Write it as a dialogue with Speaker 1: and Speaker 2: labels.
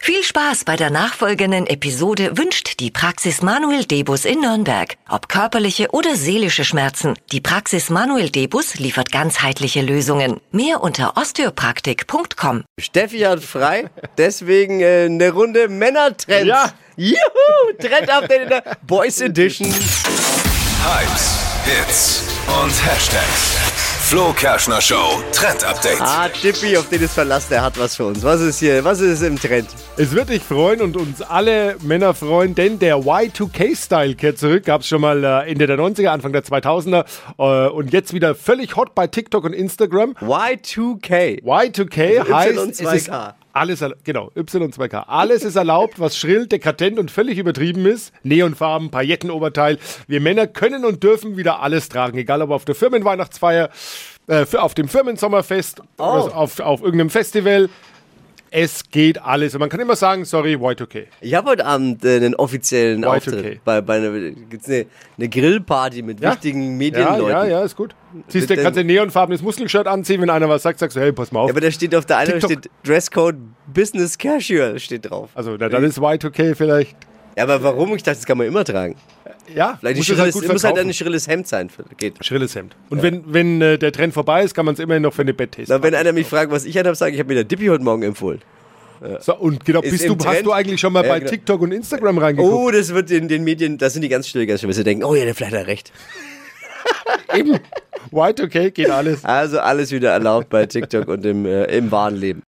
Speaker 1: Viel Spaß bei der nachfolgenden Episode wünscht die Praxis Manuel Debus in Nürnberg. Ob körperliche oder seelische Schmerzen, die Praxis Manuel Debus liefert ganzheitliche Lösungen. Mehr unter osteopraktik.com.
Speaker 2: Steffi hat frei, deswegen äh, eine Runde Männertrends.
Speaker 3: Ja.
Speaker 2: Juhu, Trend Update in der Boys Edition.
Speaker 4: Hypes, Hits und Hashtags. Flo Kerschner Show Trend Update.
Speaker 2: Ah, Chippy, auf den ist Verlass, der hat was für uns. Was ist hier, was ist im Trend?
Speaker 3: Es wird dich freuen und uns alle Männer freuen, denn der Y2K-Style kehrt zurück. Gab es schon mal äh, Ende der 90er, Anfang der 2000er äh, und jetzt wieder völlig hot bei TikTok und Instagram.
Speaker 2: Y2K. Also
Speaker 3: Y2K heißt, es ist
Speaker 2: Y2K.
Speaker 3: alles, erla- genau, Y2K. Alles ist erlaubt, was schrill, dekadent und völlig übertrieben ist. Neonfarben, Paillettenoberteil. Wir Männer können und dürfen wieder alles tragen, egal ob auf der Firmenweihnachtsfeier, äh, für, auf dem Firmensommerfest,
Speaker 2: Oh.
Speaker 3: oder auf, auf irgendeinem Festival. Es geht alles. Und man kann immer sagen, sorry, Y2K.
Speaker 2: Ich habe heute Abend äh, einen offiziellen
Speaker 3: Y2K.
Speaker 2: Auftritt. Bei, bei einer, gibt's eine, eine Grillparty mit
Speaker 3: Ja?
Speaker 2: wichtigen
Speaker 3: Ja,
Speaker 2: Medienleuten.
Speaker 3: ja, ja, ist gut. Siehst du,
Speaker 2: Mit
Speaker 3: kannst
Speaker 2: den-
Speaker 3: ein neonfarbenes Muskelshirt anziehen, wenn einer was sagt, sagst du, hey, pass mal
Speaker 2: Ja,
Speaker 3: auf.
Speaker 2: aber da steht auf der einen
Speaker 3: TikTok.
Speaker 2: steht Dresscode Business Casual steht drauf.
Speaker 3: Also, na, dann
Speaker 2: Äh,
Speaker 3: ist Y2K vielleicht.
Speaker 2: Ja, aber warum? Ich dachte, das kann man immer tragen.
Speaker 3: Ja,
Speaker 2: Vielleicht ein
Speaker 3: musst du es
Speaker 2: schrilles,
Speaker 3: gut
Speaker 2: muss halt
Speaker 3: verkaufen.
Speaker 2: ein schrilles Hemd sein. Geht.
Speaker 3: Schrilles Hemd. Und wenn, wenn äh, der Trend vorbei ist, kann man es immerhin noch für eine Betttaste
Speaker 2: Na, wenn einer mich fragt, was ich anhabe, sage ich, ich habe mir der Dippy heute Morgen empfohlen.
Speaker 3: So, und genau,
Speaker 2: Ist
Speaker 3: bist
Speaker 2: im
Speaker 3: du, hast
Speaker 2: Trend.
Speaker 3: du eigentlich schon mal
Speaker 2: Ja,
Speaker 3: bei
Speaker 2: genau.
Speaker 3: TikTok und Instagram reingeguckt?
Speaker 2: Oh, das wird in den Medien, da sind die ganz still, ganz still, weil sie denken, oh ja, der vielleicht hat recht.
Speaker 3: White, okay, geht alles.
Speaker 2: Also alles wieder erlaubt bei TikTok und im, äh, im wahren Leben.